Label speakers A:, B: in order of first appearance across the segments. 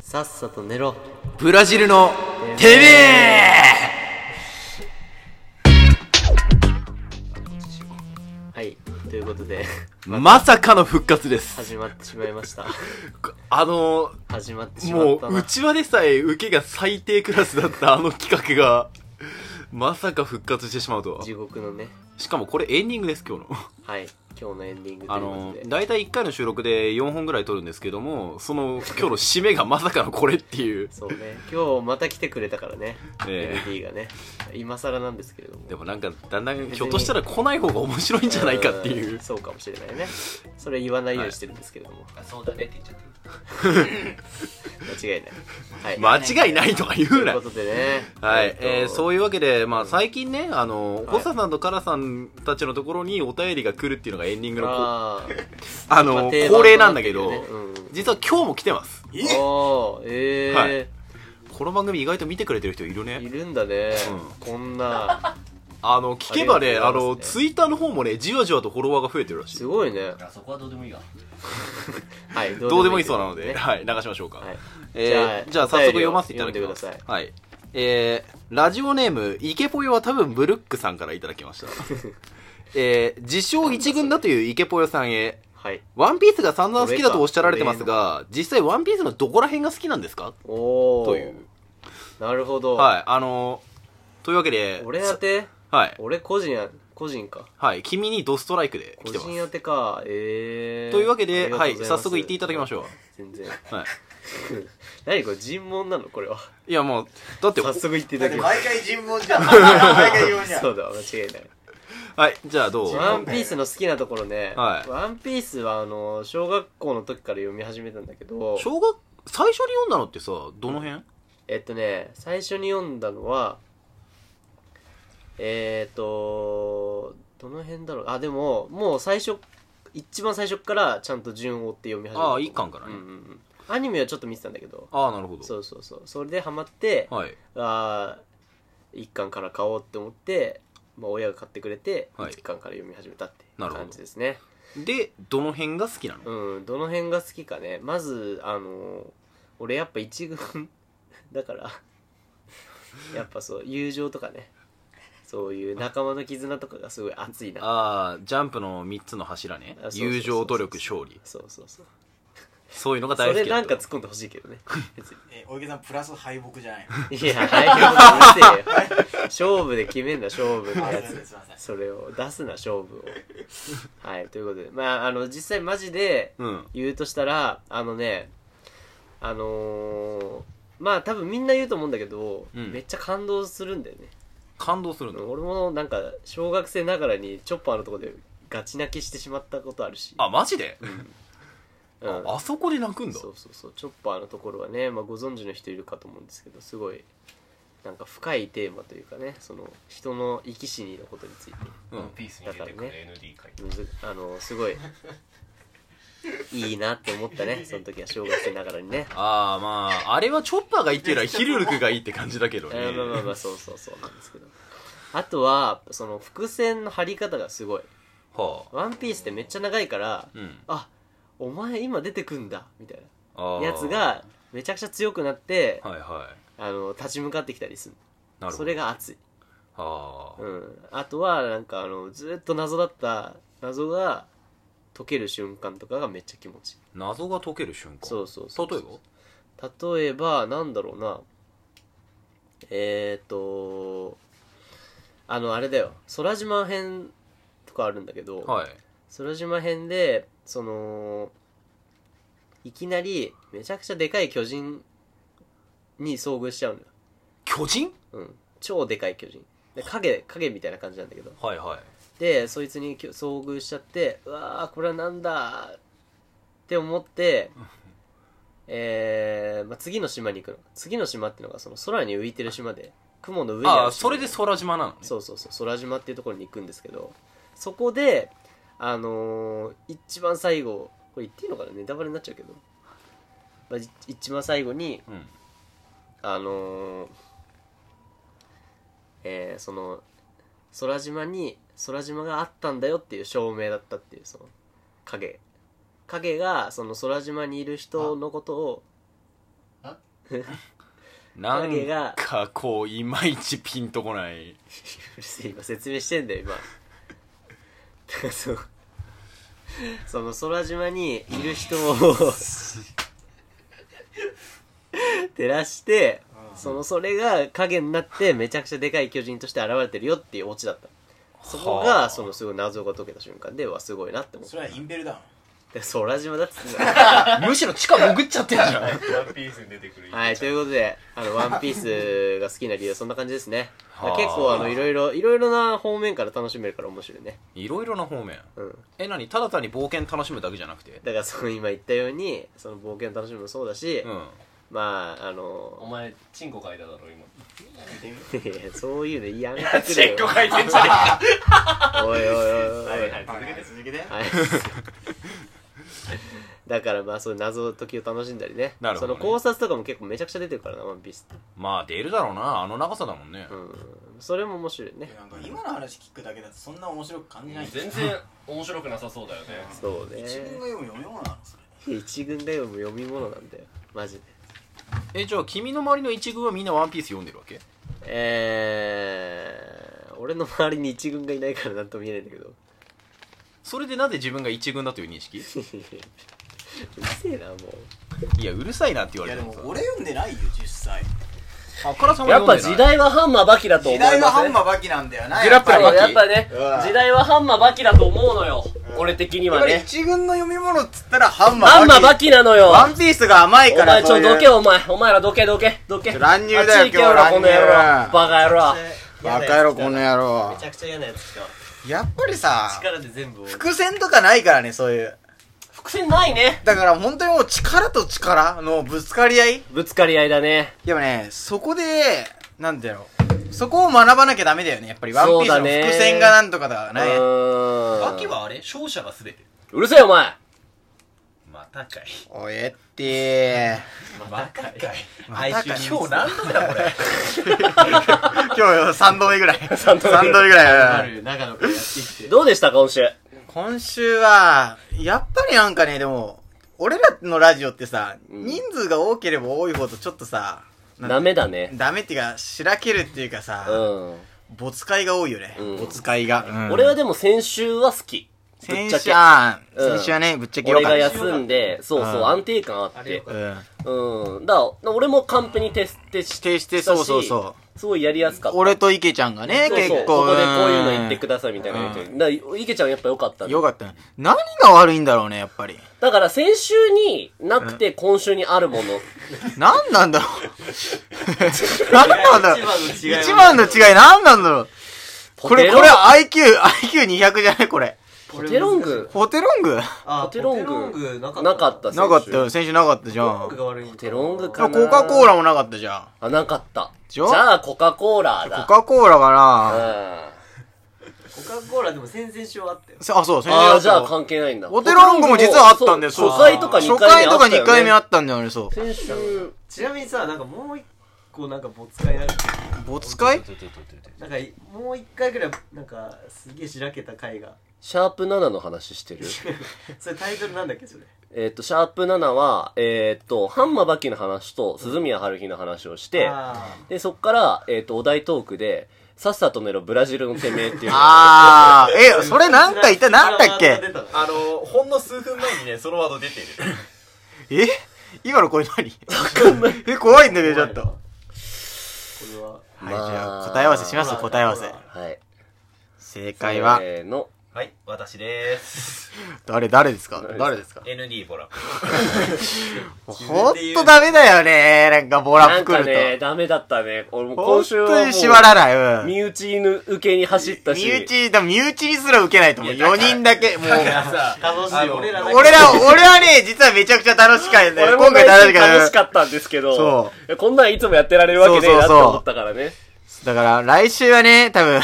A: さっさと寝ろ
B: ブラジルのてめえ
A: はいということで
B: まさかの復活です。
A: 始まってしまいました
B: あの
A: 始まって
B: ー、
A: しま
B: も
A: った
B: う、う
A: な
B: ちわでさえ受けが最低クラスだったあの企画が、まさか復活してしまうとは
A: 地。獄のね
B: しかもこれ エンディングです、今日の。
A: はい今日のエンディングとい
B: あ
A: うこ
B: の
A: とで
B: ー、だいたい1回の収録で4本ぐらい撮るんですけども、その、今日の締めがまさかのこれっていう。
A: そうね今日また来てくれたからね、
B: ええ
A: MD がね今更なんですけれども
B: でもなんか、だんだん、ひょっとしたら来ない方が面白いんじゃないかっていう
A: ー ん。そうかもしれないねそれ言わないようにしてるんですけれども、
C: あそうだねって言っちゃって
A: 間違いないはい、
B: 間違いないとか言
A: と
B: う
A: い
B: な
A: うこ。とでね
B: はい、えーそう
A: いう
B: いうわけで、まあ、最近ね、あの、
A: い
B: コサさんとカラさんたちのところにお便りが来るっていうのがエンディングのこ、あ
A: あーまあ
B: の、
A: 定番
B: 恒例なんだけど、
A: となってるよねうん
B: 実は今日も来てます。
A: おーええ
B: この番組意外と見てくれてる人いるね。
A: いるんだね、こんな
B: あの、聞けば
A: あり
B: ね、
A: が
B: あ
A: とうござい
B: の、
A: ます
B: ツイッターの方もね、じわじわとフォロワーが増えてるらしい
A: す。ごいね
C: たあそこはどうでもいいわ
A: はい
B: どうでもいいそうなので、
A: ね
B: はい、流しましょうか。
A: はい
B: えー
A: じ
B: じ
A: ゃあ
B: ゃあ
A: お便
B: 早速
A: りを
B: 読ませていただきます。
A: 読んでく
B: はい。えー、ラジオネーム、イケポヨは多分ブルックさんからいただき ました。えー、自称一軍だというイケポヨさんへ、
A: はい
B: ワンピースが散々好きだとおっしゃられてますが、実際ワンピースのどこら辺が好きなんですか
A: おお
B: という。
A: なるほど、
B: はい、あのー、というわけで、
A: 俺宛て
B: はい、
A: 俺個人や個人か
B: はい、君にドストライクで
A: 個
B: 来てます
A: 人。宛てかええ
B: というわけで、はい、早速行っていただきまし
A: ょ
B: ょ
A: 全然
B: う。はい。
A: 何これ尋問なのこれはい
B: や、もう、だって、
A: 早速行っていただきま
C: 毎回尋問 じゃん毎回尋問じ
A: す
C: ゃん
A: そうだ間違いない
B: はい、じゃあどう
A: ワンピースの好きなところね、
B: はい
A: ワンピースはあの小学校の時から読み始めたんだけど
B: 小学、最初に読んだのってさ、どの辺
A: えっとね最初に読んだのはえっ、とどの辺だろうあでももう最初一番最初からちゃんと順を追って読み始めた
B: ああ一巻からね
A: うんうんうん、アニメはちょっと見てたんだけど
B: ああ、なるほど。
A: そうそうそうそれでハマって、
B: はい。
A: ああ一巻から買おうって思って、まあ、親が買ってくれて、
B: はい
A: 一巻から読み始めたって
B: なるほど
A: 感じですね
B: で、どの辺が好きなの
A: うんどの辺が好きかねまずあの俺やっぱ一軍 だからやっぱそう友情とかねそういう仲間の絆とかがすごい熱いな
B: ああ、ジャンプの3つの柱ね
A: あそう。そうそうそう
B: 友情、努力、勝利。
A: そうそうそう
B: そういうのが
A: そ
B: 大好きだ
A: れ
B: と。
A: なんか突っ込んでほしいけどね別に
C: え大池さんプラス敗北じゃない
A: いや早くうるせえよ勝負で決めんな勝負の
C: の
A: や
C: すい
A: つ
C: ません
A: それを出すな勝負をはいということでまああの実際マジで
B: うん。
A: 言うとしたらあのねあのーまあ多分みんな言うと思うんだけど、
B: うん
A: めっちゃ感動するんだよね
B: 感動するんだ。
A: 俺もなんか小学生ながらにチョッパーのとこでガチ泣きしてしまったことあるし
B: あ、マジで、
A: うん
B: ああそこで泣くんだ
A: そ。うそうそうチョッパーのところはね、まあ、ご存知の人いるかと思うんですけどすごいなんか深いテーマというかねその人の生き死にのことについて
B: うん。
C: ピースに出てくる ND 会
A: むずあのすごいいいなって思ったねその時は小学生ながらにね
B: ああ、まあ、あれはチョッパーがいいっていうよりはヒルルクがいいって感じだけどね
A: え。ーまあまあまあそうそうそうなんですけどあとはその伏線の張り方がすごい
B: は
A: 「
B: あ。
A: ワンピースってめっちゃ長いから、
B: うん。
A: あお前今出てくんだみたい
B: あー
A: なやつ、がめちゃくちゃ強くなって
B: はいはい。
A: あの立ち向かってきたりする
B: なるほど。
A: それ。が熱い、
B: はあ。
A: うん、あとはなんかあのずっと謎だった謎が解ける瞬間とかがめっちゃ気持ちいい
B: 謎が解ける瞬間。
A: そうそうそう
B: 例えば
A: 例えばなんだろうなえー、とあのあれだよ空島編とかあるんだけど、
B: はい。
A: 空島編でそのいきなりめちゃくちゃでかい巨人に遭遇しちゃうのよ、
B: 巨人
A: うん、超でかい巨人で影影みたいな感じなんだけど
B: はいはい。
A: でそいつにきょ遭遇しちゃってうわーこれはなんだって思って、えーまあ、次の島に行くの次の島っていうのがその空に浮いてる島で雲の上に
B: あ
A: る
B: あ、そ
A: 島
B: れで空島なのね。
A: そうそうそう空島っていうところに行くんですけどそこであのー一番最後これ言っていいのかなネタバレになっちゃうけど、まあ、い一番最後に
B: うん。
A: あのーえーその空島に空島があったんだよっていう証明だったっていうその影影がその空島にいる人のことを
C: あ
B: な
A: 影が
B: んかこういまいちピンとこな いう
A: るせえ今説明してんだよ今 だからそのその空島にいる人 を照らしてそのそれが影になってめちゃくちゃでかい巨人として現れてるよっていうオチだったそこ
B: は
A: が
B: あ
A: そのすごい謎が解けた瞬間ではすごいなって思っ
D: それはインベルダウン
A: て空島だっつってんだ
B: むしろ地下潜っちゃってんじゃん
C: ワンピースに出てくる
A: はいということで「あのワンピースが好きな理由はそんな感じですね、
B: はあ
A: 結構あのいろいろいろいろな方面から楽しめるから面白いね
B: いろいろな方面
A: うん
B: え何ただ単に冒険楽しむだけじゃなくて
A: だからその今言ったようにその冒険楽しむもそうだし、
B: うん
A: まああ
C: お
A: の
C: 前チンコ書いただろ今
A: いやいやそういうのやめてくれよ
C: 書いてんじゃん
A: おいおいおいおい、
C: はいはい
D: 続け
C: 続け
D: て
C: て
D: 続けて
A: はいだからまあそういう謎解きを楽しんだりね
B: なるほどね
A: その考察とかも結構めちゃくちゃ出てるからな「ワンピースって
B: まあ出るだろうなあの長さだもんね、
A: うんそれも面白いね
D: なんか今の話聞くだけだとそんな面白く感じないんだよ
C: 全然面白くなさそうだよね
A: そうね
D: 自分が読む読み物なのそれ
A: 一軍だよもう読み物なんだよマジで
B: えじゃあ君の周りの一軍はみんなワンピース読んでるわけ
A: えー、俺の周りに一軍がいないからなんとも言えないんだけど
B: それでなぜ自分が一軍だという認識
A: うるせえなもう
B: いやうるさいなって言わ
D: いや
B: れ
D: で
B: て
D: も
B: もさ
D: 俺読んでないよ実際
B: あからさま
A: やっぱ時
B: 代
A: 代はハンマーバキだと思い
D: 時
A: ます
D: 代
A: ね
D: はハンマーバキなんだよな
B: ジュラップラ
D: や
B: バ
D: っぱり
B: キ
A: やっぱね
D: うわ
A: 時代はハンマーバキだと思うのよ
D: うん
A: 俺的に
D: やっ
A: は
D: ぱり
A: ね
D: 一軍の読み物っつったらハンマー
A: ハンマーバ
D: キ
A: キなのよ
D: ワンピースが甘い
A: お
D: から
A: 前ち
D: そ
A: ょ
D: ういう
A: どけお前お前らどけどけどけ
D: ちょ乱入だよ
A: あっち行けよ
D: 今日
A: この野
D: 乱
A: 郎
D: 入
A: バカ野郎
D: バカ野郎この野郎
A: めちゃくちゃ嫌なやつ来
D: やっぱりさ
A: 力で全部
D: 伏線とかないからねそういう
A: 伏線ないね
D: だから本当にもう力と力のぶつかり合い
A: ぶつかり合いだね
D: でもね、そこで、なんだろう。そこを学ばなきゃダメだよね。やっぱりワンピース
A: そうだ
D: の
A: ね
D: 伏線がなんとかだから
A: う
D: ね。
A: ーん
C: バキはあれ勝者が全て
A: うるせえお前
C: またかい
D: おえって
C: またかい
D: またかい
C: 今日何度目だこれ
D: ー。 今日3度目ぐらい。3
A: 度目
D: ぐらい。
C: る長野くんやってきて
A: どうでした今週
D: 今週は、やっぱりなんかね、でも、俺らのラジオってさ、人数が多ければ多いほどちょっとさ、なん
A: ダメだね
D: ダメっていうか、しらけるっていうか
A: う
D: さ、
A: ん
D: 没会が多いよね。
A: うん
D: 没会が。うん
A: 俺はでも先週は好きぶっ
D: 先
A: ちゃ
D: 週
A: け
D: は、
A: うん
D: 先週はね、ぶっちゃけよ
A: 俺
D: か
A: が
D: っ
A: 休んでそうそううん安定感あっ
C: あれ
A: て
C: よ
D: た。うん。
A: うん。だから、俺もカンペに徹底し
D: 指定して、そうそうそう。
A: う。すごいやりやすかった。
D: 俺と池ちゃんがね、
A: そうそう
D: 結構。
A: ここでこういうの言ってく
D: だ
A: ださいみたいな言うと
D: う
A: だから、池ちゃんやっぱ良かったね
D: よかったね。何が悪いんだろうね、やっぱり。
A: だから、先週になくて今週にあるもの。
D: 何な んだろう。何なんだろう。
A: 一
D: 一番の違い何なんだろう。これ、これ IQ、IQ200 じゃないこれ。
A: ポテロング。
D: ホテロング
A: ポテロング。なかった。
D: なかった
A: 先
D: よ。
A: 週
D: 先週なかったじゃん。
A: ポテロングか
D: コ
A: な。
D: カ・コ
A: ラ。
D: ーラもなかったじゃ
A: あ、なかった。
D: じ
A: じ
D: ゃあ
A: ゃあ、コカ・コーラ
D: ん。コ
A: だ。
D: カ・コーラか
A: うん
D: な
A: あ
D: せあ、そう、先週
A: あ
D: だ
A: ー、じゃあ
D: ったわ。
A: 関係ないんだ。
D: ホテロングも実はあったんだよ、
A: そ
D: そうう。
A: 初回とか2回目
D: 初回とか
A: 二
D: 2回目あったんだよね、そう。
A: 先週、
E: ちなみにさなんかもう一個なんかボツ会なんか
D: 没会
E: なんかいもう一回ぐらいなんかすげえしらけた回が
A: シャープ7の話してる
E: それタイトルなんだっけそれ
A: えっ、と、シャープ7は、えっ、と、ハンマーバキの話と鈴宮春日の話をして、
E: あ
A: で、そっから、えっ、と、お題トークで、さっさと寝ろブラジルのてめえっていうのを
D: あー、え、それ
E: ー
D: なんか言った、なんだ
E: 裏
D: っけ
E: 技出たの
C: あのほんの数分前にねそのワード出てる
D: え今のこれ何 え、怖いんだけど、ちょっと。は、
E: これはい
D: じ
A: まあ
D: ゃあ、答え合わせします、
E: ほら
D: 答え合わせ
E: ほ。ら
A: はい。
D: 正解は、
A: せーの。
C: はい私です
D: 誰、誰ですか
A: 誰
D: 誰ですか
C: ND ボラ
D: ほんとダメだよね、なんかボラ
A: なん
D: プ来
A: かね、
D: る
A: ダメだったね。俺もう
D: と。
A: 今
D: 本
A: 週は
D: 当
A: も
D: に縛ら
A: う、
D: ない、うん。
A: 身内犬受けに走ったし、
D: 身内、でも身内にすら受けないと思う。
C: いやだ
D: 4
C: から
D: 人だけ、もう。
C: さ
E: 楽しい俺らだけ
D: 俺ら、俺はね、実はめちゃくちゃ楽しかったね。
A: 俺も
D: 今回楽しか
A: 楽
D: っ
A: しかったんですけど、
D: そ
A: いやこんなんいつもやってられるわけねえなって思ったからね。
D: た。だから、来週はね、多分、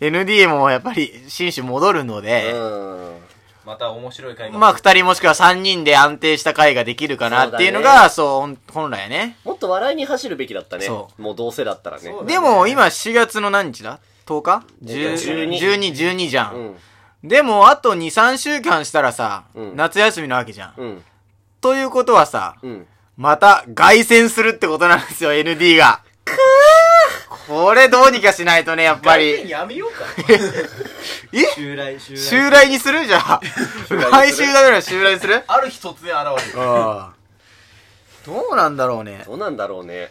D: NDA もやっぱり、新種戻るので、
A: うん。
C: また面白い回が
D: まあ、二人もしくは三人で安定した回ができるかなっていうのが、そう,、本来ね。
A: もっと笑いに走るべきだったね。
D: そ
A: もうどうせだったらね。
E: そうだね
D: でも、今4月の何日だ ?10 日
A: えっと12
D: ?10 12、12じゃ。
A: うんん。
D: でも、あと2、3週間したらさ、
A: うん
D: 夏休みなわけじゃん。
A: うん。
D: ということはさ、
A: うん。
D: また、凱旋するってことなんですよ、ND が。これどうにかしないとね、やっぱり。
B: やめようか。
A: 襲来襲来
D: 襲来にするじゃあ。来週だめなら襲来にする
B: ある日突然現れる。
D: ああ。どうなんだろうね。
C: どうなんだろうね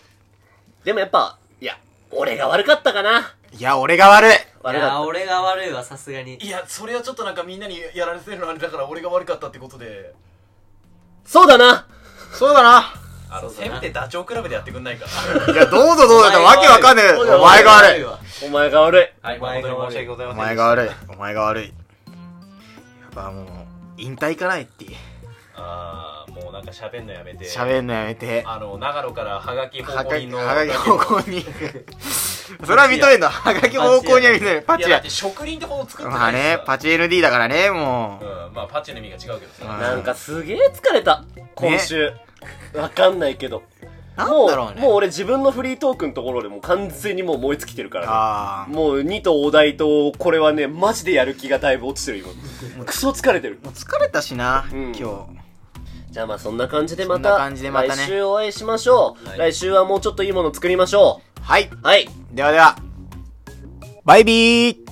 C: でもやっぱいや俺が悪かったかない
D: や、俺が悪い。
C: 悪
A: い
C: か
A: や
C: っ
A: 俺が悪いわさすがに
B: いや、それはちょっとなんかみんなにやられてるのあれだから俺が悪かったってことで。
C: たそうだな
D: そうだな。
B: あの、
A: そうだ
B: せ
A: な
B: めてダチョウ倶楽部でやってくんないか
D: いや、どうぞどうぞってわけわかんない。お前が悪い。
A: わ
C: お前が悪い
B: ら。はい、
A: 前
B: 本
A: が
B: 当
A: 悪い
B: に申し訳ございませんでした。
D: お前が悪い。お前が悪い。やっぱもう、引退行かないって。
B: あー、もうなんか喋んのやめて。
D: 喋んのやめて。
B: あの、長野からハガキ
D: は
B: 方
D: が
B: 向
D: き、
B: にの。
D: はがき方向に。それは認めんの。はがき方向には認める。パ
B: いや、
D: チ
B: だっ
D: や
B: て。職人ってほど作って
D: ま
B: な
D: あ
B: いです
D: ね
B: か、ら
D: パチ ND だからね、もう。
B: うん、まあパッチの意味が違うけど
D: う
B: さ。
D: ん
C: なんかすげえ疲れた今週、わかんないけど
D: なんだろうね
C: もうもう俺自分のフリートークのところでもう完全にもう燃え尽きてるから、
D: ああ。
C: もう2とお題とこれはねマジでやる気がだいぶ落ちてる今クソ疲れてる
D: もう疲れたしな、
C: うん
D: 今日。
C: じゃあまあそんな感じでま
D: そんな
C: た
D: 感じでまたね
C: 来週お会いしましょう、
B: はい
C: 来週はもうちょっといいもの作りましょ
D: はい。
C: うはい
D: ではでは。バイビー